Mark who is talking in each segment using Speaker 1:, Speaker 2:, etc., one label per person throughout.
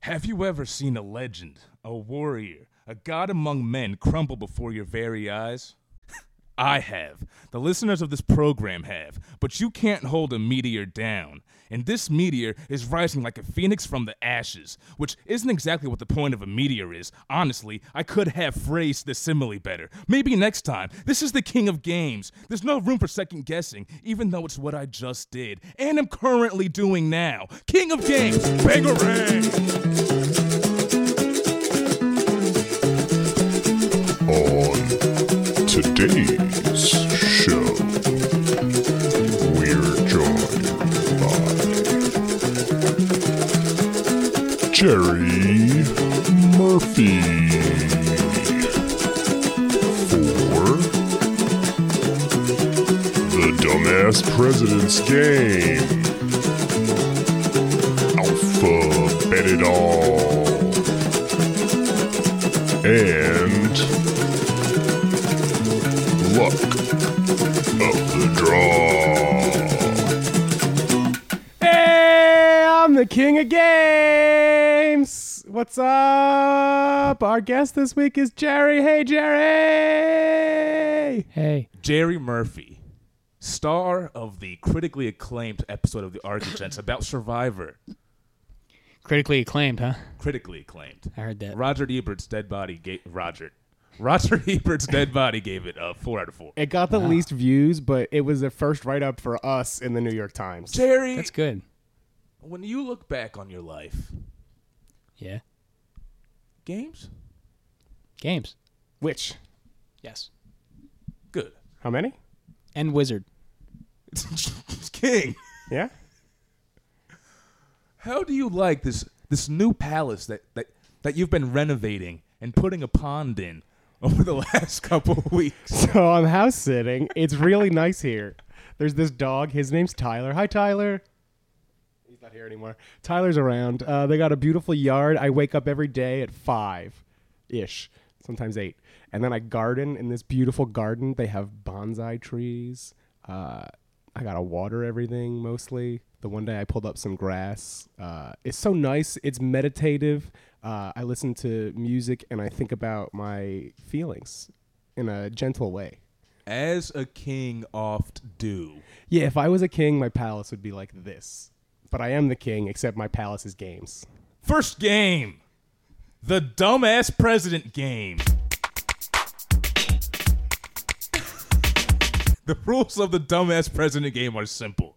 Speaker 1: Have you ever seen a legend, a warrior, a god among men crumble before your very eyes? I have. The listeners of this program have. But you can't hold a meteor down. And this meteor is rising like a phoenix from the ashes, which isn't exactly what the point of a meteor is. Honestly, I could have phrased this simile better. Maybe next time. This is the king of games. There's no room for second guessing, even though it's what I just did and am currently doing now. King of games, Bangarang!
Speaker 2: On today's show, we're joined by Jerry Murphy for the Dumbass President's Game. Alpha Bet It All. And luck of the draw.
Speaker 3: Hey, I'm the king of games. What's up? Our guest this week is Jerry. Hey, Jerry.
Speaker 4: Hey,
Speaker 1: Jerry Murphy, star of the critically acclaimed episode of The Architects about Survivor,
Speaker 4: critically acclaimed, huh?
Speaker 1: critically acclaimed.
Speaker 4: I heard that.
Speaker 1: Roger Ebert's dead body gave Roger. Roger Ebert's dead body gave it a four out of four.
Speaker 3: It got the least views, but it was the first write up for us in the New York Times.
Speaker 1: Jerry,
Speaker 4: That's good.
Speaker 1: when you look back on your life,
Speaker 4: Yeah.
Speaker 1: games
Speaker 4: Games.
Speaker 3: Which?
Speaker 4: Yes.
Speaker 1: good,
Speaker 3: How many?
Speaker 4: And Wizard.
Speaker 1: King.
Speaker 3: Yeah?
Speaker 1: How do you like this this new palace that that that you've been renovating and putting a pond in over the last couple of weeks?
Speaker 3: So I'm house sitting. It's really nice here. There's this dog. His name's Tyler. Hi, Tyler. He's not here anymore. Tyler's around. Uh, they got a beautiful yard. I wake up every day at five ish, sometimes eight. And then I garden in this beautiful garden. They have bonsai trees. Uh, I got to water everything mostly. The one day I pulled up some grass. Uh, it's so nice. It's meditative. Uh, I listen to music and I think about my feelings in a gentle way.
Speaker 1: As a king oft do.
Speaker 3: Yeah, if I was a king, my palace would be like this. But I am the king, except my palace is games.
Speaker 1: First game, the dumbass president game. the rules of the dumbass president game are simple.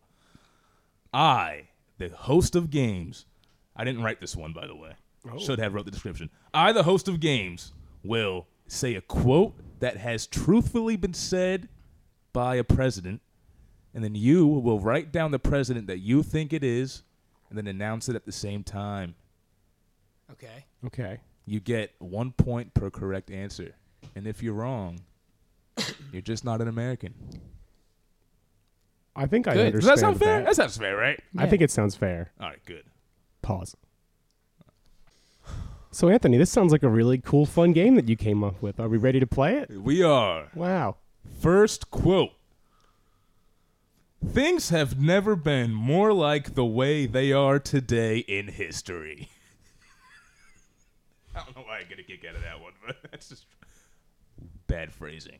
Speaker 1: I, the host of games, I didn't write this one by the way. Should have wrote the description. I, the host of games, will say a quote that has truthfully been said by a president, and then you will write down the president that you think it is, and then announce it at the same time.
Speaker 4: Okay.
Speaker 3: Okay.
Speaker 1: You get one point per correct answer. And if you're wrong, you're just not an American.
Speaker 3: I think I
Speaker 4: Good.
Speaker 3: understand.
Speaker 1: Does that sound fair?
Speaker 3: that.
Speaker 1: That sounds fair, right?
Speaker 3: I think it sounds fair.
Speaker 1: All right, good.
Speaker 3: Pause. So, Anthony, this sounds like a really cool, fun game that you came up with. Are we ready to play it?
Speaker 1: We are.
Speaker 3: Wow.
Speaker 1: First quote Things have never been more like the way they are today in history. I don't know why I get a kick out of that one, but that's just bad phrasing.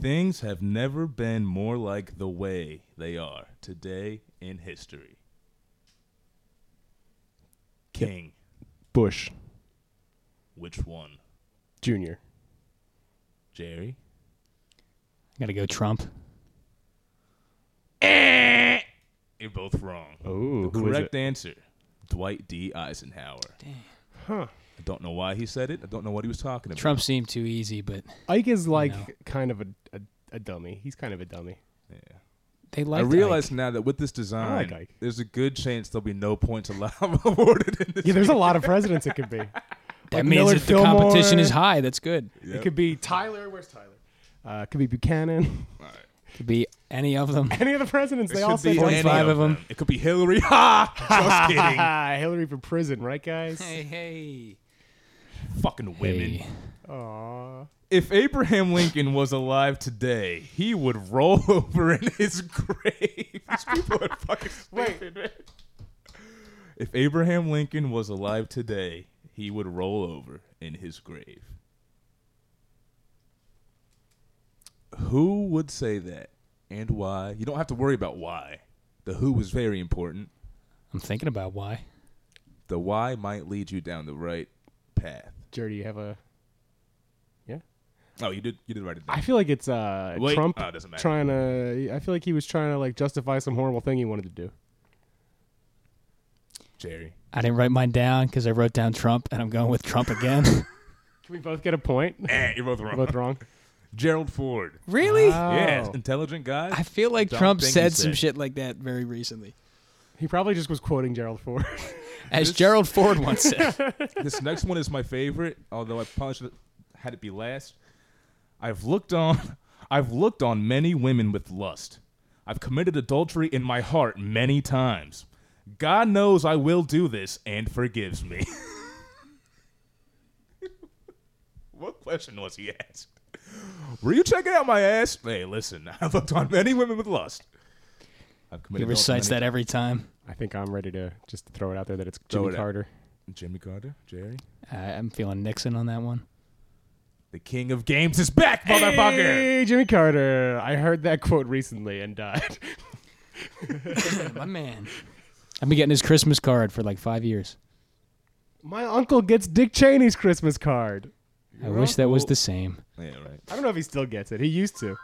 Speaker 1: Things have never been more like the way they are today in history. King,
Speaker 3: Bush
Speaker 1: which one?
Speaker 3: Jr.
Speaker 1: Jerry?
Speaker 4: I gotta go Trump.
Speaker 1: You're both wrong.
Speaker 3: Oh,
Speaker 1: Correct answer Dwight D. Eisenhower.
Speaker 3: Huh.
Speaker 1: I don't know why he said it. I don't know what he was talking about.
Speaker 4: Trump seemed too easy, but
Speaker 3: Ike is like
Speaker 4: No.
Speaker 3: kind of a, a, a dummy. He's kind of a dummy.
Speaker 4: they
Speaker 1: I
Speaker 4: liked.
Speaker 1: realize
Speaker 4: Ike.
Speaker 1: now that with this
Speaker 3: I
Speaker 1: design,
Speaker 3: like Ike.
Speaker 1: there's a good chance there'll be no points allowed awarded in this.
Speaker 3: Yeah, there's a lot of presidents it could be.
Speaker 4: that
Speaker 3: like
Speaker 4: means
Speaker 3: Millard
Speaker 4: that the competition
Speaker 3: Fillmore.
Speaker 4: is high. That's good.
Speaker 3: It could be Tyler. Where's Tyler? Uh, it could be Buchanan.
Speaker 4: Could be Any of them?
Speaker 3: Any of the presidents, they
Speaker 1: It
Speaker 3: all
Speaker 1: should
Speaker 3: said
Speaker 1: be any
Speaker 4: 25 of them.
Speaker 1: It could be Hillary. Ha! Just kidding.
Speaker 3: Ah, Hillary for prison, right, guys?
Speaker 4: hey.
Speaker 1: Fucking women.
Speaker 4: Hey.
Speaker 3: Aw.
Speaker 1: If Abraham Lincoln was alive today, he would roll over in his grave. These people are fucking stupid, man. If Abraham Lincoln was alive today, he would roll over in his grave. Who would say that and why? You don't have to worry about why. The who was very important.
Speaker 4: I'm thinking about why.
Speaker 1: The why might lead you down the right path.
Speaker 3: Jerry, you have a. Yeah.
Speaker 1: Oh, you did you did write it down.
Speaker 3: I feel like it's uh,
Speaker 1: Wait.
Speaker 3: Trump
Speaker 1: Oh, it doesn't matter.
Speaker 3: trying to. I feel like he was trying to like justify some horrible thing he wanted to do.
Speaker 1: Jerry.
Speaker 4: I didn't write mine down because I wrote down Trump, and I'm going with Trump again.
Speaker 3: Can we both get a point?
Speaker 1: Eh, you're both wrong.
Speaker 3: both wrong.
Speaker 1: Gerald Ford.
Speaker 4: really?
Speaker 1: Yeah,
Speaker 3: Oh.
Speaker 1: intelligent guy.
Speaker 4: I feel like
Speaker 1: Dumb
Speaker 4: Trump
Speaker 1: thing he
Speaker 4: said some
Speaker 1: said.
Speaker 4: shit like that very recently,
Speaker 3: He probably just was quoting Gerald Ford.
Speaker 4: as Gerald Ford once said.
Speaker 1: this next one is my favorite, although I probably should have had it be last. I've looked on I've looked on many women with lust. I've committed adultery in my heart many times. God knows I will do this and forgives me. what question was he asked? Were you checking out my ass? Hey, listen, I've looked on many women with lust. I've
Speaker 4: He
Speaker 1: committed adultery
Speaker 4: recites
Speaker 1: many-
Speaker 4: that every time.
Speaker 3: I think I'm ready to just throw it out there that it's
Speaker 1: Throw
Speaker 3: Jimmy
Speaker 1: it out.
Speaker 3: Carter.
Speaker 1: Jimmy Carter, Jerry.
Speaker 4: I, I'm feeling Nixon on that one.
Speaker 1: The king of games is back, motherfucker!
Speaker 3: Hey, Jimmy Carter. I heard that quote recently and uh, died.
Speaker 4: My man. I've been getting his Christmas card for like five years.
Speaker 3: My uncle gets Dick Cheney's Christmas card.
Speaker 4: I wish that was the same.
Speaker 1: Yeah, right.
Speaker 3: I don't know if he still gets it. He used to.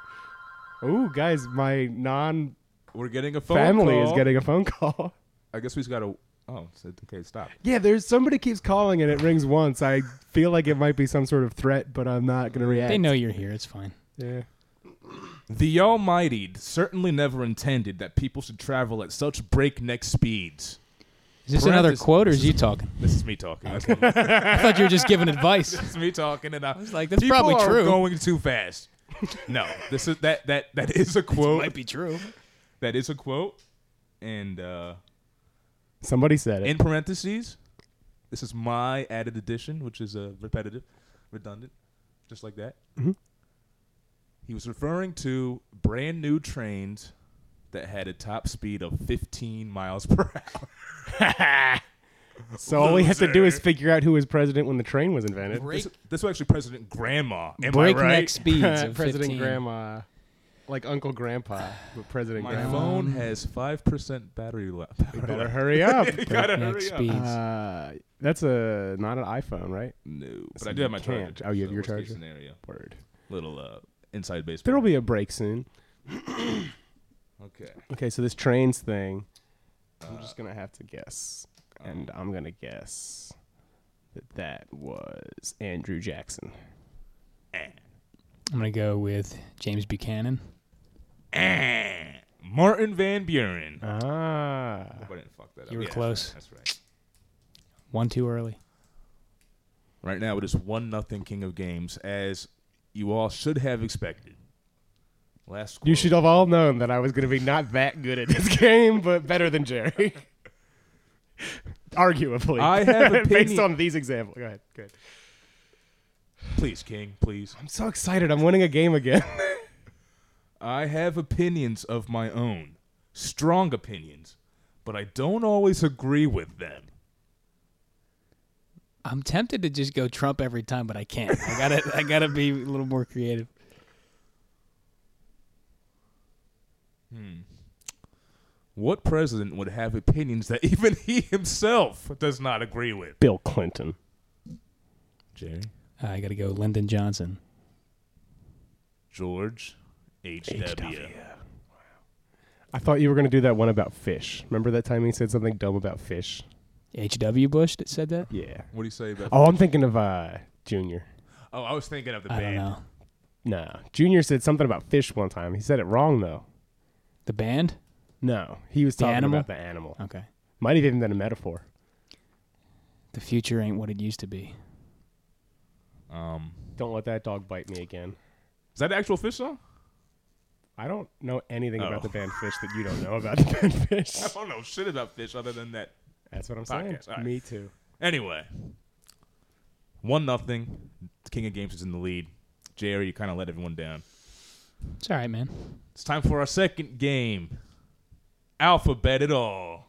Speaker 3: Ooh, guys, my non
Speaker 1: We're getting a phone
Speaker 3: family
Speaker 1: call.
Speaker 3: is getting a phone call.
Speaker 1: I guess we've got to. Oh, so- okay, stop.
Speaker 3: Yeah, there's somebody keeps calling and it rings once. I feel like it might be some sort of threat, but I'm not gonna react.
Speaker 4: They know you're here. It's fine.
Speaker 3: Yeah.
Speaker 1: The Almighty certainly never intended that people should travel at such breakneck speeds.
Speaker 4: Is this another
Speaker 1: Parentheses-
Speaker 4: quote or is you talking?
Speaker 1: This is me talking. That's not-
Speaker 4: I thought you were just giving advice.
Speaker 1: this is me talking, and I,
Speaker 4: was like, that's
Speaker 1: people
Speaker 4: probably
Speaker 1: are
Speaker 4: true.
Speaker 1: Going too fast. No, this is that that that is a quote.
Speaker 4: Might be true.
Speaker 1: That is a quote, and uh,
Speaker 3: Somebody said it.
Speaker 1: in parentheses, this is my added addition, which is uh, repetitive, redundant, just like that.
Speaker 3: Mm-hmm.
Speaker 1: He was referring to brand new trains that had a top speed of 15 miles per hour.
Speaker 3: so all we have to do is figure out who was president when the train was invented.
Speaker 1: This, this was actually President Grandma. Am
Speaker 4: breakneck
Speaker 1: I right?
Speaker 4: speeds of
Speaker 3: president
Speaker 4: 15.
Speaker 3: grandma. Like Uncle Grandpa, but President
Speaker 1: My
Speaker 3: Grandma.
Speaker 1: phone has 5% battery left.
Speaker 3: Better hurry up.
Speaker 1: you gotta
Speaker 4: Breakneck
Speaker 1: hurry up.
Speaker 4: speeds.
Speaker 3: Uh, that's a not an iPhone, right?
Speaker 1: No, but
Speaker 3: So
Speaker 1: I do have
Speaker 3: you
Speaker 1: my
Speaker 3: can't.
Speaker 1: charger.
Speaker 3: Oh, you have
Speaker 1: so
Speaker 3: your
Speaker 1: worst case
Speaker 3: charger?
Speaker 1: Scenario.
Speaker 3: Word.
Speaker 1: Little uh, inside baseball.
Speaker 3: There'll be a break soon.
Speaker 1: Okay.
Speaker 3: Okay, so this trains thing, I'm just gonna have to guess, and I'm gonna guess that that was Andrew Jackson.
Speaker 4: I'm going to go with James Buchanan.
Speaker 1: Eh. Martin Van Buren.
Speaker 3: Ah,
Speaker 1: I didn't fuck that up.
Speaker 4: You were
Speaker 1: Yeah, that's
Speaker 4: close.
Speaker 1: right, That's right.
Speaker 4: One too early.
Speaker 1: Right now, it is one nothing King of Games, as you all should have expected. Last
Speaker 3: you
Speaker 1: quote.
Speaker 3: should have all known that I was gonna be not that good at this game, but better than Jerry. Arguably,
Speaker 1: I have
Speaker 3: based
Speaker 1: opinion-
Speaker 3: on these examples. Go ahead. Good.
Speaker 1: please, King, please.
Speaker 3: I'm so excited. I'm winning a game again.
Speaker 1: I have opinions of my own, strong opinions, but I don't always agree with them.
Speaker 4: I'm tempted to just go Trump every time, but I can't. I gotta, I gotta be a little more creative.
Speaker 1: What president would have opinions that even he himself does not agree with?
Speaker 3: Bill Clinton.
Speaker 1: Jerry,
Speaker 4: Uh, I gotta go Lyndon Johnson.
Speaker 1: George, H.W.
Speaker 3: I thought you were gonna do that one about fish. Remember that time he said something dumb about fish?
Speaker 4: H.W. Bush that said that?
Speaker 3: Yeah.
Speaker 1: What do you say about? Oh,
Speaker 3: Oh, I'm thinking of uh, Junior.
Speaker 1: I was thinking of the
Speaker 4: I
Speaker 1: band.
Speaker 4: don't know.
Speaker 3: No, Junior said something about fish one time. He said it wrong though.
Speaker 4: The band?
Speaker 3: No, he was
Speaker 4: The
Speaker 3: talking
Speaker 4: animal?
Speaker 3: about the animal.
Speaker 4: Okay.
Speaker 3: Might have even been a metaphor.
Speaker 4: The future ain't what it used to be.
Speaker 1: Um,
Speaker 3: Don't let that dog bite me again.
Speaker 1: is that the actual fish song?
Speaker 3: I don't know anything
Speaker 1: Oh.
Speaker 3: about the band Fish that you don't know about the band Fish.
Speaker 1: I don't know shit about fish other than that.
Speaker 3: That's what I'm saying.
Speaker 1: Podcast, all right.
Speaker 3: Me too.
Speaker 1: Anyway, one nothing. King of Games is in the lead. Jerry, you kind of let everyone down.
Speaker 4: It's all right, man.
Speaker 1: It's time for our second game. Alphabet it all.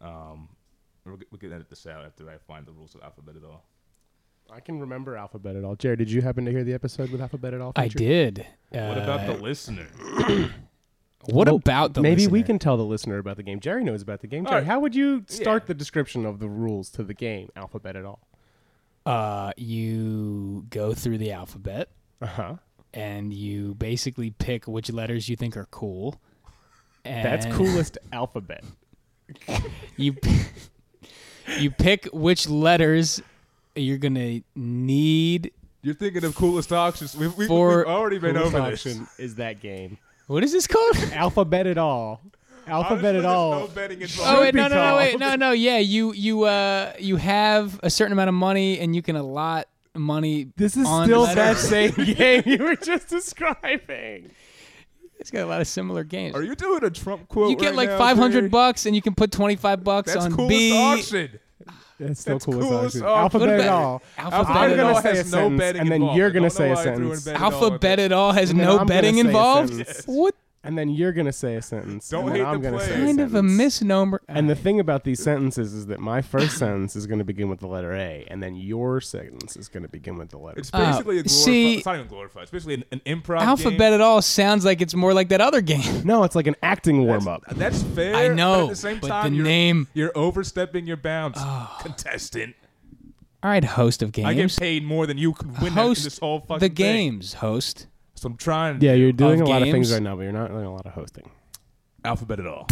Speaker 1: Um, we're g- we can edit this out after I find the rules of alphabet at all.
Speaker 3: I can remember Alphabet at all. Jared, did you happen to hear the episode with Alphabet at all?
Speaker 4: I
Speaker 3: featured?
Speaker 4: did. uh,
Speaker 1: What about the listener?
Speaker 4: what
Speaker 3: Well,
Speaker 4: about the?
Speaker 3: Maybe we
Speaker 4: listener?
Speaker 3: can tell the listener about the game. Jerry knows about the game.
Speaker 1: All
Speaker 3: Jerry,
Speaker 1: right.
Speaker 3: how would you start
Speaker 1: Yeah.
Speaker 3: the description of the rules to the game Alphabet at all?
Speaker 4: Uh, you go through the alphabet
Speaker 3: Uh
Speaker 1: Uh-huh.
Speaker 3: huh.
Speaker 4: and you basically pick which letters you think are cool. And
Speaker 3: That's coolest alphabet.
Speaker 4: You p- you pick which letters you're gonna need.
Speaker 1: You're thinking of coolest auctions. We've, we've,
Speaker 4: For
Speaker 1: we've already been
Speaker 3: Coolest
Speaker 1: over
Speaker 3: auction is that game.
Speaker 4: What is this called?
Speaker 3: Alphabet at all.
Speaker 1: this.
Speaker 3: Alphabet
Speaker 1: Honestly,
Speaker 3: at
Speaker 1: there's
Speaker 3: all.
Speaker 1: No betting involved.
Speaker 4: Oh wait,
Speaker 3: be
Speaker 4: no, no, no, wait,
Speaker 3: called.
Speaker 4: no, no. Yeah, you you uh you have a certain amount of money and you can allot money.
Speaker 3: This is
Speaker 4: on
Speaker 3: still that
Speaker 4: letters.
Speaker 3: same game you were just describing.
Speaker 4: It's got a lot of similar games.
Speaker 1: Are you doing a Trump quote?
Speaker 4: you get
Speaker 1: right
Speaker 4: like
Speaker 1: now,
Speaker 4: 500
Speaker 1: Jerry?
Speaker 4: bucks and you can put 25 bucks
Speaker 1: That's
Speaker 4: on
Speaker 1: coolest
Speaker 4: B.
Speaker 1: auction.
Speaker 3: That's still
Speaker 1: That's
Speaker 3: coolest,
Speaker 1: coolest
Speaker 3: auction.
Speaker 1: auction.
Speaker 3: Alphabet
Speaker 4: What
Speaker 3: at
Speaker 4: about-
Speaker 3: all.
Speaker 4: Alphabet
Speaker 3: I'm
Speaker 4: at
Speaker 3: gonna
Speaker 4: all
Speaker 3: say a
Speaker 1: has no
Speaker 3: sentence,
Speaker 1: betting
Speaker 3: and then
Speaker 1: involved.
Speaker 3: you're
Speaker 1: I
Speaker 3: gonna
Speaker 1: don't know
Speaker 3: say a
Speaker 1: why I threw in
Speaker 3: sentence.
Speaker 1: bet at all in
Speaker 4: Alphabet
Speaker 1: there.
Speaker 4: at all has
Speaker 3: And then I'm
Speaker 4: no
Speaker 3: gonna
Speaker 4: betting
Speaker 3: say a
Speaker 4: involved.
Speaker 3: sentence.
Speaker 4: What
Speaker 3: and then you're gonna say a sentence.
Speaker 1: Don't
Speaker 3: and
Speaker 1: hate
Speaker 3: then I'm
Speaker 1: the
Speaker 3: gonna say
Speaker 1: players.
Speaker 4: kind of a
Speaker 3: sentence.
Speaker 4: misnomer?
Speaker 3: And the thing about these sentences is that my first sentence is going to begin with the letter A, and then your sentence is going to begin with the letter.
Speaker 1: It's
Speaker 4: Uh,
Speaker 1: basically a glorified.
Speaker 4: see-
Speaker 1: it's not even glorified. It's basically an, an improv.
Speaker 4: Alphabet
Speaker 1: game.
Speaker 4: at all sounds like it's more like that other game.
Speaker 3: No, it's like an acting warm up.
Speaker 1: That's fair.
Speaker 4: I
Speaker 1: But
Speaker 4: know,
Speaker 1: at the same
Speaker 4: but the
Speaker 1: time, you're,
Speaker 4: name- Ah.
Speaker 1: you're overstepping your bounds, contestant.
Speaker 4: All right, host of
Speaker 1: I get
Speaker 4: games.
Speaker 1: paid more than you could win
Speaker 4: host
Speaker 1: in this whole fucking
Speaker 4: the
Speaker 1: thing.
Speaker 4: games host.
Speaker 1: So I'm trying.
Speaker 3: Yeah, you're doing a lot of things
Speaker 4: games.
Speaker 3: right now, but you're not doing a lot of hosting.
Speaker 1: alphabet at all.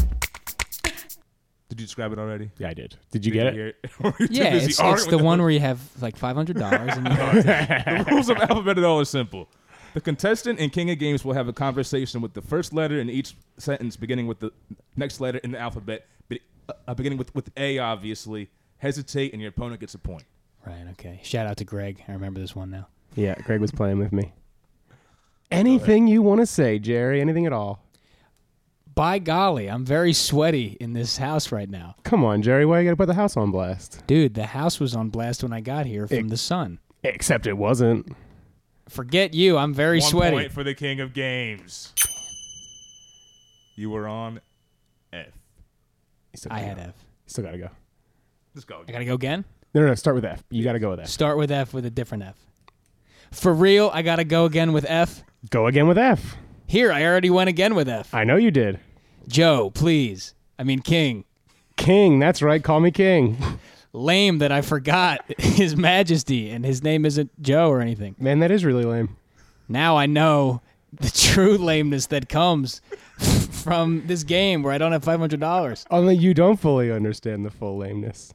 Speaker 1: Did you describe it already?
Speaker 3: Yeah, I did. Did you get it?
Speaker 1: You're- you're too
Speaker 4: Yeah,
Speaker 1: busy
Speaker 4: it's, it's
Speaker 1: arguing
Speaker 4: the
Speaker 1: with
Speaker 4: one where you have like five hundred dollars and you
Speaker 1: The rules of alphabet at all are simple. The contestant and King of Games will have a conversation with the first letter in each sentence, beginning with the next letter in the alphabet, be- uh, beginning with, with A, obviously. Hesitate, and your opponent gets a point.
Speaker 4: Right, okay. Shout out to Greg. I remember this one now.
Speaker 3: Yeah, Greg was playing with me. Anything you want to say, Jerry? Anything at all?
Speaker 4: By golly, I'm very sweaty in this house right now.
Speaker 3: Come on, Jerry. Why you got to put the house on blast?
Speaker 4: Dude, the house was on blast when I got here from the sun.
Speaker 3: Except it wasn't.
Speaker 4: Forget you, I'm very
Speaker 1: One
Speaker 4: sweaty.
Speaker 1: point for the King of Games. You were on F.
Speaker 3: You still
Speaker 4: I
Speaker 3: gotta
Speaker 4: had
Speaker 3: go.
Speaker 4: F.
Speaker 3: You Still got to go.
Speaker 1: Let's go.
Speaker 4: I gotta go again?
Speaker 3: No, no, no. Start with F. You got to go with F.
Speaker 4: Start with F with a different F. For real, I gotta go again with F.
Speaker 3: Go again with F.
Speaker 4: Here, I already went again with F.
Speaker 3: I know you did.
Speaker 4: Joe, please. I mean, King.
Speaker 3: King. That's right. Call me King.
Speaker 4: Lame that I forgot His Majesty, and his name isn't Joe or anything.
Speaker 3: Man, that is really lame.
Speaker 4: Now I know the true lameness that comes from this game where I don't have $500.
Speaker 3: Only you don't fully understand the full lameness.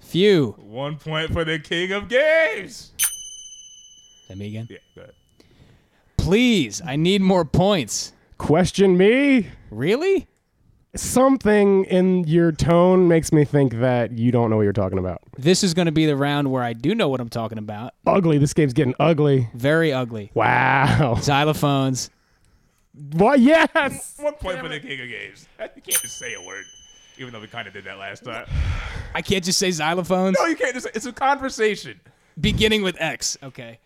Speaker 4: Phew.
Speaker 1: One point for the King of Games.
Speaker 4: Is that me again?
Speaker 1: Yeah, go ahead.
Speaker 4: Please, I need more points.
Speaker 3: Question me?
Speaker 4: Really?
Speaker 3: Something in your tone makes me think that you don't know what you're talking about.
Speaker 4: This is going to be the round where I do know what I'm talking about.
Speaker 3: Ugly. This game's getting ugly.
Speaker 4: Very ugly.
Speaker 3: Wow.
Speaker 4: Xylophones.
Speaker 3: What? Yes.
Speaker 1: One point for the King of Games. You can't just say a word, even though we kind of did that last time.
Speaker 4: I can't just say xylophones.
Speaker 1: No, you can't just. It's a conversation.
Speaker 4: Beginning with X. Okay.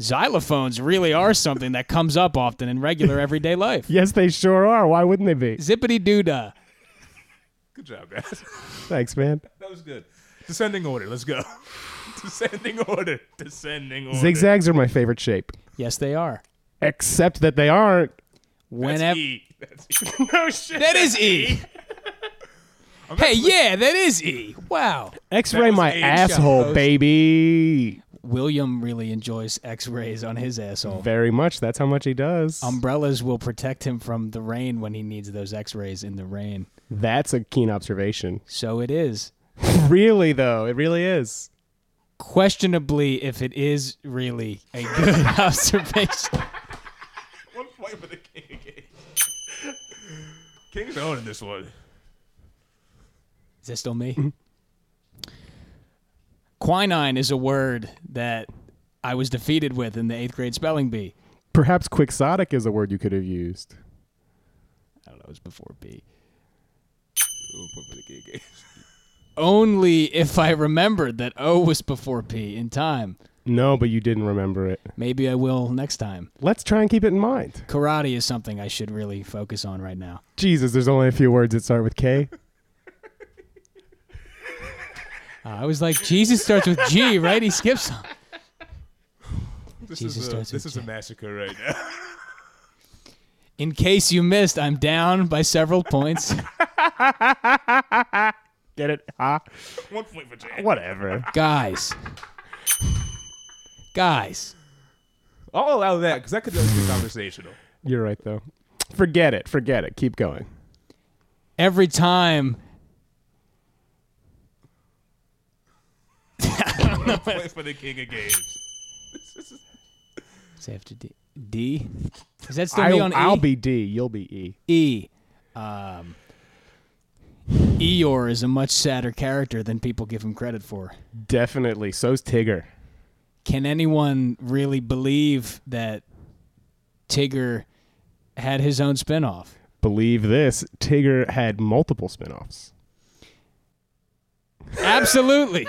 Speaker 4: Xylophones really are something that comes up often in regular everyday life.
Speaker 3: Yes, they sure are. Why wouldn't they be?
Speaker 4: Zippity doo dah.
Speaker 1: Good job, guys.
Speaker 3: Thanks, man.
Speaker 1: That was good. Descending order. Let's go. Descending order. Descending order.
Speaker 3: Zigzags are my favorite shape,
Speaker 4: Yes, they are.
Speaker 3: except that they aren't.
Speaker 1: That's
Speaker 4: Whenever
Speaker 1: E. That's E. no shit.
Speaker 4: that is E. hey, yeah, that is E. Wow.
Speaker 3: X-ray
Speaker 1: was
Speaker 3: my
Speaker 1: a
Speaker 3: asshole,
Speaker 1: shot.
Speaker 3: baby.
Speaker 4: William really enjoys X-rays on his asshole.
Speaker 3: Very much. That's how much he does.
Speaker 4: Umbrellas will protect him from the rain when he needs those X-rays in the rain.
Speaker 3: That's a keen observation.
Speaker 4: So it is.
Speaker 3: really, though, it really is.
Speaker 4: questionably if it is really a good observation.
Speaker 1: One point for the King of Games. King's owning this one.
Speaker 4: Is this still me? Quinine is a word that I was defeated with in the eighth grade spelling bee.
Speaker 3: Perhaps quixotic is a word you could have used.
Speaker 4: I don't know, it was before B. Only if I remembered that O was before P in time.
Speaker 3: No, but you didn't remember it.
Speaker 4: Maybe I will next time.
Speaker 3: Let's try and keep it in mind.
Speaker 4: Karate is something I should really focus on right now.
Speaker 3: Jesus, there's only a few words that start with K.
Speaker 4: Uh, I was like, Jesus starts with G, right? He skips some.
Speaker 1: This
Speaker 4: Jesus
Speaker 1: is a,
Speaker 4: starts with
Speaker 1: this is a
Speaker 4: J.
Speaker 1: massacre right now.
Speaker 4: In case you missed, I'm down by several points.
Speaker 3: Get it? Huh?
Speaker 1: One point for Jan.
Speaker 3: Whatever.
Speaker 4: Guys. Guys.
Speaker 1: I'll allow that because that could just be conversational.
Speaker 3: You're right, though. Forget it. Forget it. Keep going.
Speaker 4: every time.
Speaker 1: Play for the king of games.
Speaker 4: It's after D. D. Is that still me
Speaker 3: I'll,
Speaker 4: on E?
Speaker 3: I'll be D. You'll be E.
Speaker 4: E. Um, Eeyore is a much sadder character than people give him credit for.
Speaker 3: Definitely. So's Tigger.
Speaker 4: Can anyone really believe that Tigger had his own spinoff?
Speaker 3: Believe this Tigger had multiple spinoffs.
Speaker 4: Absolutely.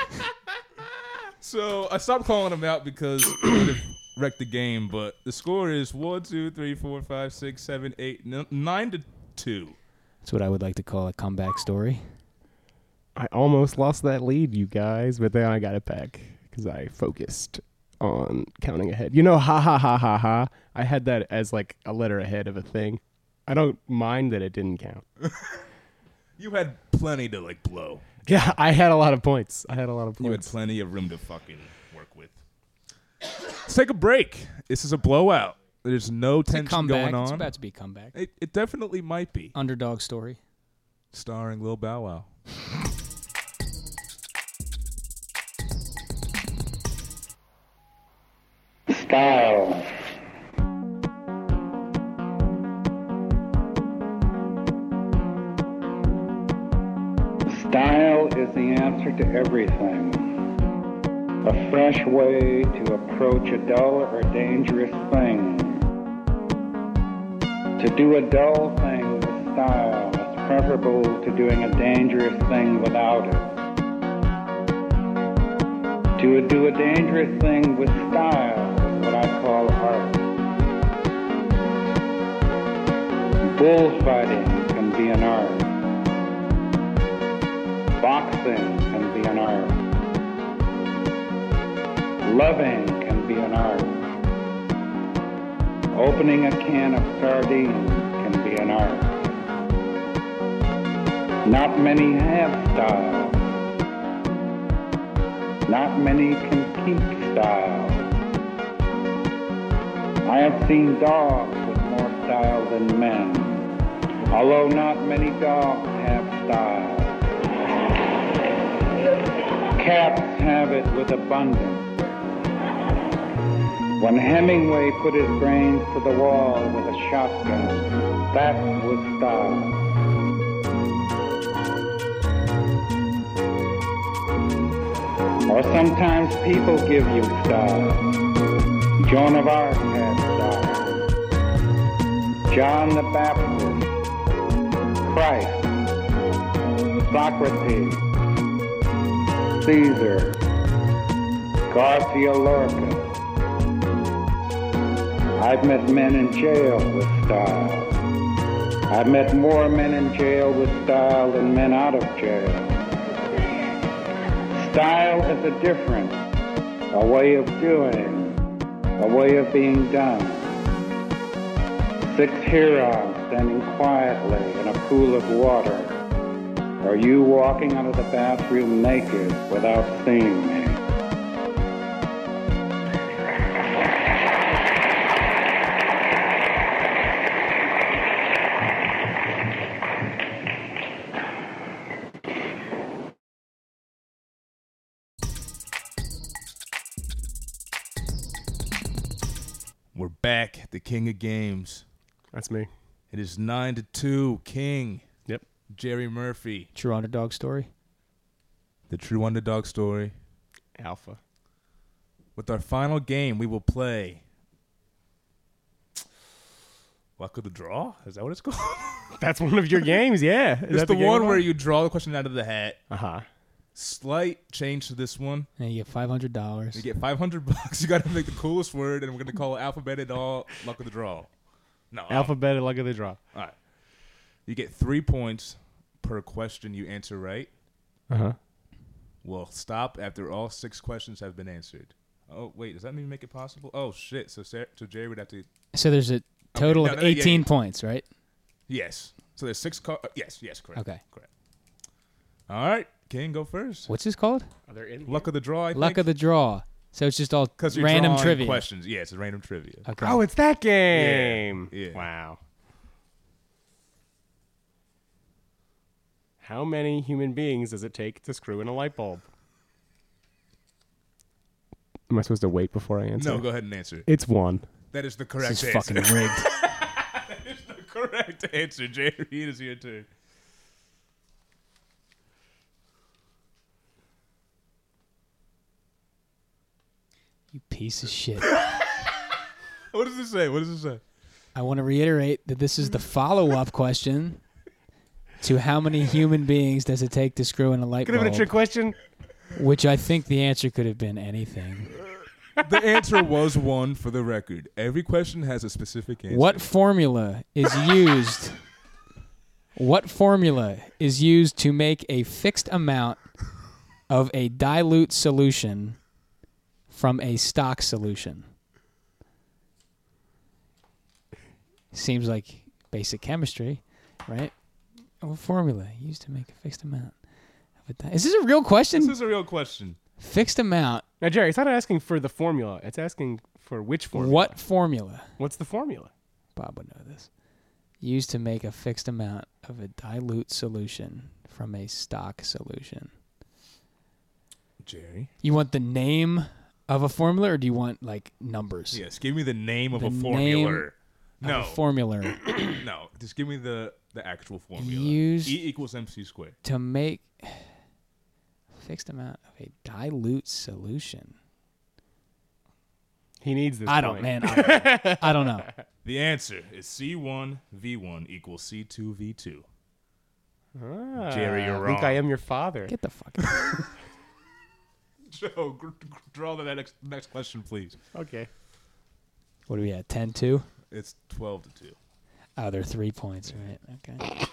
Speaker 1: So I stopped calling him out because it would have wrecked the game. But the score is one, two, three, four, five, six, seven, eight, n- nine to two.
Speaker 4: That's what I would like to call a comeback story.
Speaker 3: I almost lost that lead, you guys, but then I got it back because I focused on counting ahead. You know, ha ha ha ha ha. I had that as like a letter ahead of a thing. I don't mind that it didn't count.
Speaker 1: You had plenty to like blow.
Speaker 3: Yeah, I had a lot of points. I had a lot of
Speaker 1: You had
Speaker 3: points.
Speaker 1: plenty of room to fucking work with. Let's take a break. This is a blowout. There's no
Speaker 4: It's a
Speaker 1: tension
Speaker 4: comeback.
Speaker 1: going
Speaker 4: It's
Speaker 1: on.
Speaker 4: about to be a comeback.
Speaker 1: It, it definitely might be.
Speaker 4: Underdog story.
Speaker 1: Starring Lil Bow Wow.
Speaker 5: Style. Style is the answer to everything. A fresh way to approach a dull or dangerous thing. To do a dull thing with style is preferable to doing a dangerous thing without it. To do a dangerous thing with style is what I call art. Bullfighting can be an art. Boxing can be an art. Loving can be an art. Opening a can of sardines can be an art. Not many have style. Not many can keep style. I have seen dogs with more style than men, although not many dogs have style. Cats have it with abundance. When Hemingway put his brains to the wall with a shotgun, that was style. Or sometimes people give you style. Joan of Arc had style. John the Baptist. Christ. Socrates. Caesar. Garcia Lorca. I've met men in jail with style. I've met more men in jail with style than men out of jail. Style is a difference, a way of doing, a way of being done. Six Hurons standing quietly in a pool of water, or you walking out of the bathroom naked without seeing me.
Speaker 1: We're back, the king of games.
Speaker 3: That's me.
Speaker 1: It is nine to two. King
Speaker 3: Yep.
Speaker 1: Jerry Murphy,
Speaker 4: True underdog story.
Speaker 1: the true underdog story.
Speaker 3: Alpha.
Speaker 1: With our final game, we will play. Luck of the draw? Is that what it's called?
Speaker 3: That's one of your games, yeah. Is
Speaker 1: it's
Speaker 3: that
Speaker 1: the,
Speaker 3: game
Speaker 1: one where you draw the question out of the hat.
Speaker 3: Uh-huh.
Speaker 1: Slight change to this one.
Speaker 4: And you get five hundred dollars.
Speaker 1: You get 500 bucks. You got to make the coolest word, and we're going to call it alphabet at all. Luck of the draw. No. I don't-
Speaker 3: Alphabet luck of the draw.
Speaker 1: All right. You get three points per question you answer right.
Speaker 3: Uh-huh.
Speaker 1: We'll stop after all six questions have been answered. Oh wait, does that even make it possible? Oh shit! So Sarah, so Jerry would have to
Speaker 4: So there's a total
Speaker 1: no,
Speaker 4: of
Speaker 1: no, yeah,
Speaker 4: eighteen
Speaker 1: yeah.
Speaker 4: points, right?
Speaker 1: yes. So there's six. Co- uh, yes, yes, correct.
Speaker 4: Okay.
Speaker 1: correct. All right, King, go first.
Speaker 4: What's this called?
Speaker 3: Are there in
Speaker 1: Luck of the draw. I
Speaker 4: Luck of the draw. So it's just all
Speaker 1: because you're
Speaker 4: random
Speaker 1: drawing
Speaker 4: trivia.
Speaker 1: questions. Yeah, it's a random trivia.
Speaker 4: Okay.
Speaker 3: Oh, it's that game.
Speaker 1: Yeah.
Speaker 3: Wow. How many human beings does it take to screw in a light bulb? Am I supposed to wait before I answer?
Speaker 1: No, go ahead and answer.
Speaker 3: It's one.
Speaker 1: That is the correct
Speaker 4: this is
Speaker 1: answer.
Speaker 4: fucking rigged.
Speaker 1: that is the correct answer, Jerry. It is your turn.
Speaker 4: you piece of shit.
Speaker 1: What does it say? What does it say?
Speaker 4: I want to reiterate that this is the follow-up question to how many human beings does it take to screw in a light
Speaker 3: Could have
Speaker 4: bulb?
Speaker 3: been a trick question.
Speaker 4: Which I think the answer could have been anything.
Speaker 1: The answer was one for the record. Every question has a specific answer.
Speaker 4: What formula is used? what formula is used to make a fixed amount of a dilute solution from a stock solution? Seems like basic chemistry, right? What formula used to make a fixed amount of a di- Is this a real question?
Speaker 1: This is a real question.
Speaker 4: fixed amount.
Speaker 3: Now, Jerry, it's not asking for the formula. It's asking for which formula.
Speaker 4: What formula?
Speaker 3: What's the formula?
Speaker 4: Bob would know this. Used to make a fixed amount of a dilute solution from a stock solution.
Speaker 1: Jerry?
Speaker 4: You want the name of a formula or do you want like numbers?
Speaker 1: Yes, give me the name of
Speaker 4: The
Speaker 1: a
Speaker 4: name
Speaker 1: formula.
Speaker 4: Of
Speaker 1: No,
Speaker 4: A formula
Speaker 1: no, just give me the the actual formula.
Speaker 4: Use-
Speaker 1: E equals mc squared.
Speaker 4: to make fixed amount of a dilute solution.
Speaker 3: He needs this.
Speaker 4: I don't,
Speaker 3: point.
Speaker 4: man. I don't know. I don't know.
Speaker 1: The answer is C1V1 equals C2V2.
Speaker 3: Ah,
Speaker 1: Jerry, you're
Speaker 3: I
Speaker 1: wrong.
Speaker 3: think I am your father.
Speaker 4: Get the fuck out.
Speaker 1: Joe, gr- gr- draw the next next question, please.
Speaker 3: Okay.
Speaker 4: What are we at? 10 2?
Speaker 1: It's 12 to 2.
Speaker 4: Oh, they're three points, right? Okay.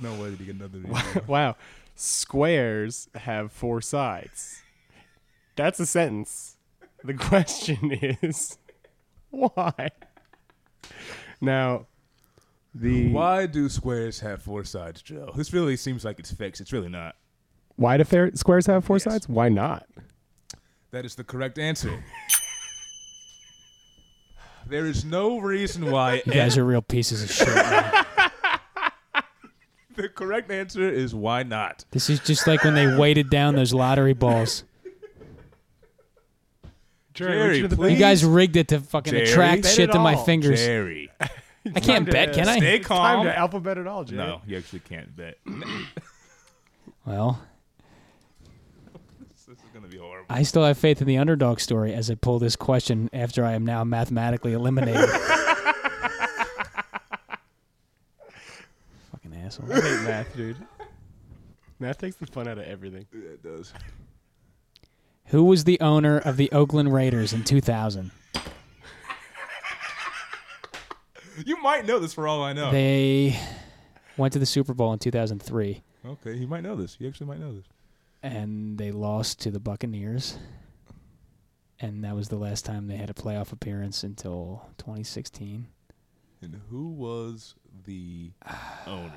Speaker 1: No way did he get another.
Speaker 3: Wow. Squares have four sides. That's a sentence. The question is why? Now, the why,
Speaker 1: Why do squares have four sides, Joe? This really seems like it's fixed. It's really not.
Speaker 3: do fair, squares have four
Speaker 1: Yes.
Speaker 3: sides? Why not?
Speaker 1: That is the correct answer. there is no reason why
Speaker 4: You guys are real pieces of shit. man.
Speaker 1: The correct answer is why not?
Speaker 4: This is just like when they weighted down those lottery balls.
Speaker 1: Jerry,
Speaker 3: reach into the
Speaker 1: please.
Speaker 4: You guys rigged it to fucking
Speaker 1: Jerry,
Speaker 4: attract
Speaker 1: bet
Speaker 4: shit
Speaker 3: it
Speaker 4: to my
Speaker 3: all.
Speaker 4: fingers.
Speaker 1: Jerry.
Speaker 4: I can't bet, can I?
Speaker 1: Stay
Speaker 3: Time
Speaker 1: calm.
Speaker 3: to alphabet at all, Jerry.
Speaker 1: No, you actually can't bet.
Speaker 4: Well,
Speaker 1: this is going to be horrible.
Speaker 4: I still have faith in the underdog story as I pull this question after I am now mathematically eliminated. Fucking
Speaker 3: I
Speaker 4: asshole.
Speaker 3: hate math, dude. Math takes the fun out of everything.
Speaker 1: it does.
Speaker 4: Who was the owner of the Oakland Raiders in 2000?
Speaker 1: You might know this for all I know.
Speaker 4: They went to the Super Bowl in 2003
Speaker 1: okay, you might know this. You actually might know this.
Speaker 4: and they lost to the Buccaneers. And that was the last time they had a playoff appearance until 2016.
Speaker 1: And who was the owner?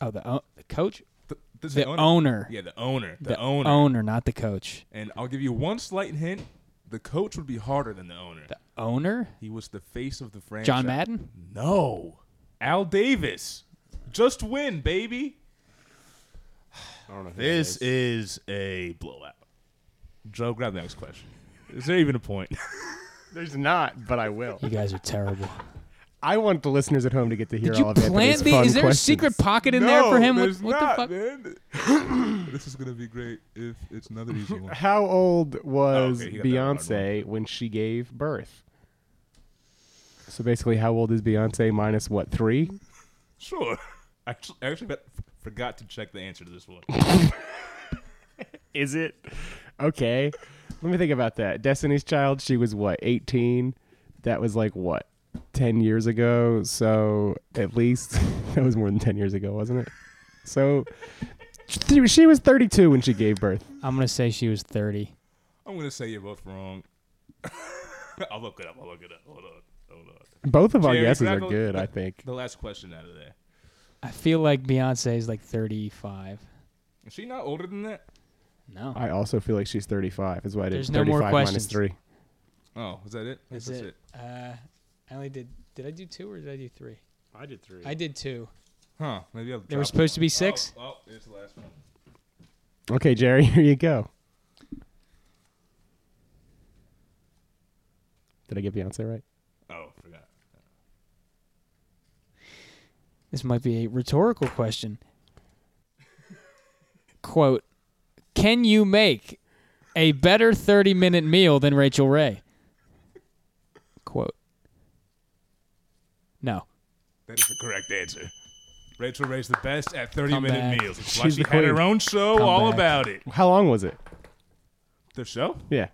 Speaker 4: Oh, the, o- the coach?
Speaker 1: The, this is
Speaker 4: The owner.
Speaker 1: Yeah, the owner. The,
Speaker 4: The
Speaker 1: owner.
Speaker 4: owner, not the coach.
Speaker 1: and I'll give you one slight hint. The coach would be harder than the owner.
Speaker 4: The owner?
Speaker 1: he was the face of the franchise.
Speaker 4: John Madden?
Speaker 1: No. Al Davis. Just win, baby.
Speaker 3: I don't know. who that
Speaker 1: This
Speaker 3: is.
Speaker 1: is a blowout. Joe, grab the next question. Is there even a point?
Speaker 3: There's not, but I will.
Speaker 4: You guys are terrible.
Speaker 3: I want the listeners at home to get to hear
Speaker 4: Did you
Speaker 3: all of
Speaker 4: plant
Speaker 3: Anthony's
Speaker 4: the?
Speaker 3: fun
Speaker 4: Is there a
Speaker 3: questions.
Speaker 4: secret pocket in there for him? What,
Speaker 6: there's
Speaker 4: what the
Speaker 6: not,
Speaker 4: fuck?
Speaker 6: man. this is gonna be great if it's another easy one.
Speaker 3: How old was
Speaker 1: Oh, okay, you got that one,
Speaker 3: Beyonce when she gave birth? So basically, how old is Beyonce minus what three?
Speaker 1: Sure. I actually, I actually got, forgot to check the answer to this one.
Speaker 3: Is it? Okay. Let me think about that. Destiny's Child, she was what, 18? That was like what, 10 years ago? So at least that was more than 10 years ago, wasn't it? So she- she was 32 when she gave birth.
Speaker 4: I'm gonna say she was 30.
Speaker 1: I'm gonna say you're both wrong. I'll look it up. I'll look it up. Hold on. Hold on.
Speaker 3: Both of our
Speaker 1: Jerry,
Speaker 3: guesses
Speaker 1: can I
Speaker 3: are
Speaker 1: go-
Speaker 3: good, I think.
Speaker 1: The last question out of there.
Speaker 4: I feel like Beyonce is like 35.
Speaker 1: Is she not older than that?
Speaker 4: No.
Speaker 3: I also feel like she's 35. That's why I did
Speaker 4: There's no
Speaker 3: 35
Speaker 4: more
Speaker 3: minus
Speaker 4: questions.
Speaker 3: 3.
Speaker 1: Oh, is that it? Yes,
Speaker 4: That's it. Uh, I only did. Did I do two or did I do three?
Speaker 3: I did 3.
Speaker 4: I did two.
Speaker 1: Huh? Maybe I'll.
Speaker 4: There were supposed to be six.
Speaker 1: Oh, oh, it's the last one.
Speaker 3: Okay, Jerry, here you go. Did I get Beyonce right?
Speaker 1: Oh, forgot.
Speaker 4: This might be a rhetorical question. Quote: Can you make a better 30-minute meal than Rachel Ray? Quote. No.
Speaker 1: That is the correct answer. Rachel Ray's the best at 30
Speaker 4: Come
Speaker 1: minute
Speaker 4: back.
Speaker 1: meals. It's why
Speaker 3: She's
Speaker 1: she
Speaker 3: the
Speaker 1: had her
Speaker 3: queen.
Speaker 1: own show
Speaker 4: Come
Speaker 1: all
Speaker 4: back.
Speaker 1: about it.
Speaker 3: How long was it?
Speaker 1: The show?
Speaker 3: Yeah.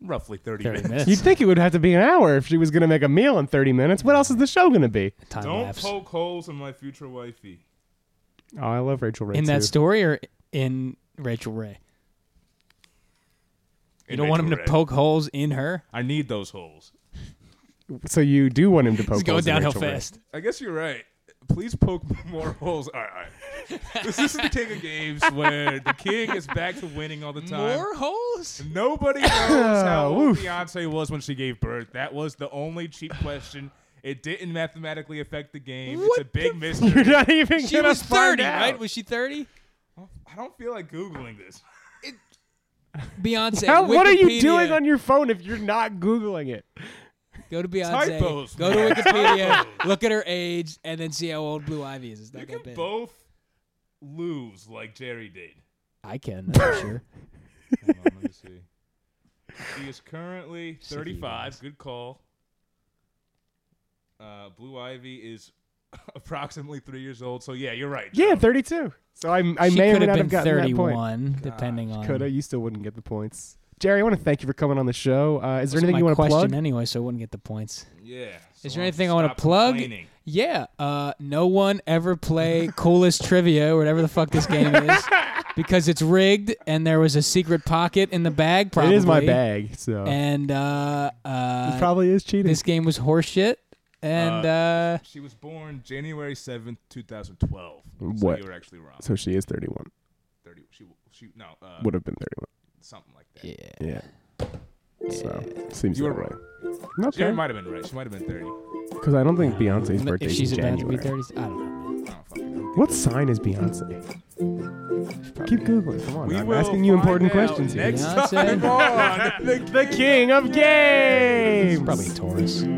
Speaker 1: Roughly 30,
Speaker 4: 30
Speaker 1: minutes.
Speaker 4: minutes.
Speaker 3: You'd think it would have to be an hour if she was going to make a meal in 30 minutes. What else is the show going to be?
Speaker 4: Time
Speaker 1: Don't
Speaker 4: lapse.
Speaker 1: poke holes in my future wifey.
Speaker 3: Oh, I love Rachel Ray.
Speaker 4: in that
Speaker 3: too.
Speaker 4: story or in Rachel Ray? You
Speaker 1: In
Speaker 4: don't want him
Speaker 1: Rachel
Speaker 4: to
Speaker 1: Ray.
Speaker 4: poke holes in her.
Speaker 1: I need those holes.
Speaker 3: so you do want him to poke
Speaker 4: It's going
Speaker 3: holes in
Speaker 4: downhill
Speaker 3: Rachel Ray.
Speaker 4: fast.
Speaker 1: I guess you're right. Please poke more holes. All right, all right. This is the king of games where the king is back to winning all the time.
Speaker 4: holes?
Speaker 1: Nobody knows how
Speaker 3: Oh,
Speaker 1: old
Speaker 3: oof.
Speaker 1: Beyonce was when she gave birth. That was the only cheap question. It didn't mathematically affect the game.
Speaker 4: What
Speaker 1: it's a big
Speaker 3: You're
Speaker 1: mystery.
Speaker 3: not even
Speaker 4: She
Speaker 3: gonna
Speaker 4: was
Speaker 3: find
Speaker 4: 30,
Speaker 3: out.
Speaker 4: right? Was she 30?
Speaker 1: I don't feel like Googling this.
Speaker 4: Beyonce.
Speaker 3: How, what are you
Speaker 4: Wikipedia.
Speaker 3: doing on your phone if you're not Googling it?
Speaker 4: Go to Beyonce.
Speaker 1: Typos,
Speaker 4: go
Speaker 1: man.
Speaker 4: to Wikipedia. look at her age and then see how old Blue Ivy is. It's not
Speaker 1: You
Speaker 4: that
Speaker 1: can
Speaker 4: bad.
Speaker 1: both lose like Jerry did.
Speaker 4: I can. I'm sure.
Speaker 1: Hold on, let me see. She is currently
Speaker 4: you
Speaker 1: 35.
Speaker 4: guys.
Speaker 1: Good call. Uh, Blue Ivy is approximately three years old. So yeah, you're right.
Speaker 3: Yeah,
Speaker 1: Joe.
Speaker 3: 32. So I, I
Speaker 4: she
Speaker 3: may or
Speaker 4: could have
Speaker 3: may not
Speaker 4: been
Speaker 3: have gotten that point.
Speaker 4: 31, depending on.
Speaker 3: Coulda, you still wouldn't get the points. Jerry, I want to thank you for coming on the show. Uh, is there anything
Speaker 4: my
Speaker 3: you want to
Speaker 4: question
Speaker 3: plug?
Speaker 4: anyway, so I wouldn't get the points.
Speaker 1: yeah.
Speaker 4: Is
Speaker 1: so
Speaker 4: there
Speaker 1: I'll
Speaker 4: anything I want
Speaker 1: stop
Speaker 4: to plug?
Speaker 1: complaining.
Speaker 4: Yeah. Uh, no one ever play coolest trivia or whatever the fuck this game is because it's rigged and there was a secret pocket in the bag. Probably
Speaker 3: It is my bag, so
Speaker 4: And uh, uh,
Speaker 3: it probably is cheating.
Speaker 4: this game was horseshit. And uh,
Speaker 1: She was born January 7th, 2012.
Speaker 3: What?
Speaker 1: So you were actually wrong.
Speaker 3: so she is 31.
Speaker 1: 30. She, she no, uh,
Speaker 3: Would have been 31.
Speaker 1: something like that.
Speaker 4: yeah.
Speaker 3: Yeah. So seems
Speaker 1: You
Speaker 3: that
Speaker 1: were
Speaker 3: way.
Speaker 1: right. Jerry
Speaker 3: Okay.
Speaker 1: might have been right. She might have been 30.
Speaker 3: Because I don't think Beyonce's birthday
Speaker 4: if she's
Speaker 3: is
Speaker 4: about to be
Speaker 3: January.
Speaker 4: 30, I don't know.
Speaker 1: I don't fucking know.
Speaker 3: What sign is Beyonce? Keep googling. Come on,
Speaker 1: We
Speaker 3: I'm
Speaker 1: will
Speaker 3: asking you important
Speaker 1: find out
Speaker 3: questions here.
Speaker 1: Next
Speaker 4: Beyonce.
Speaker 1: time on
Speaker 3: the king of games.
Speaker 4: Probably Taurus.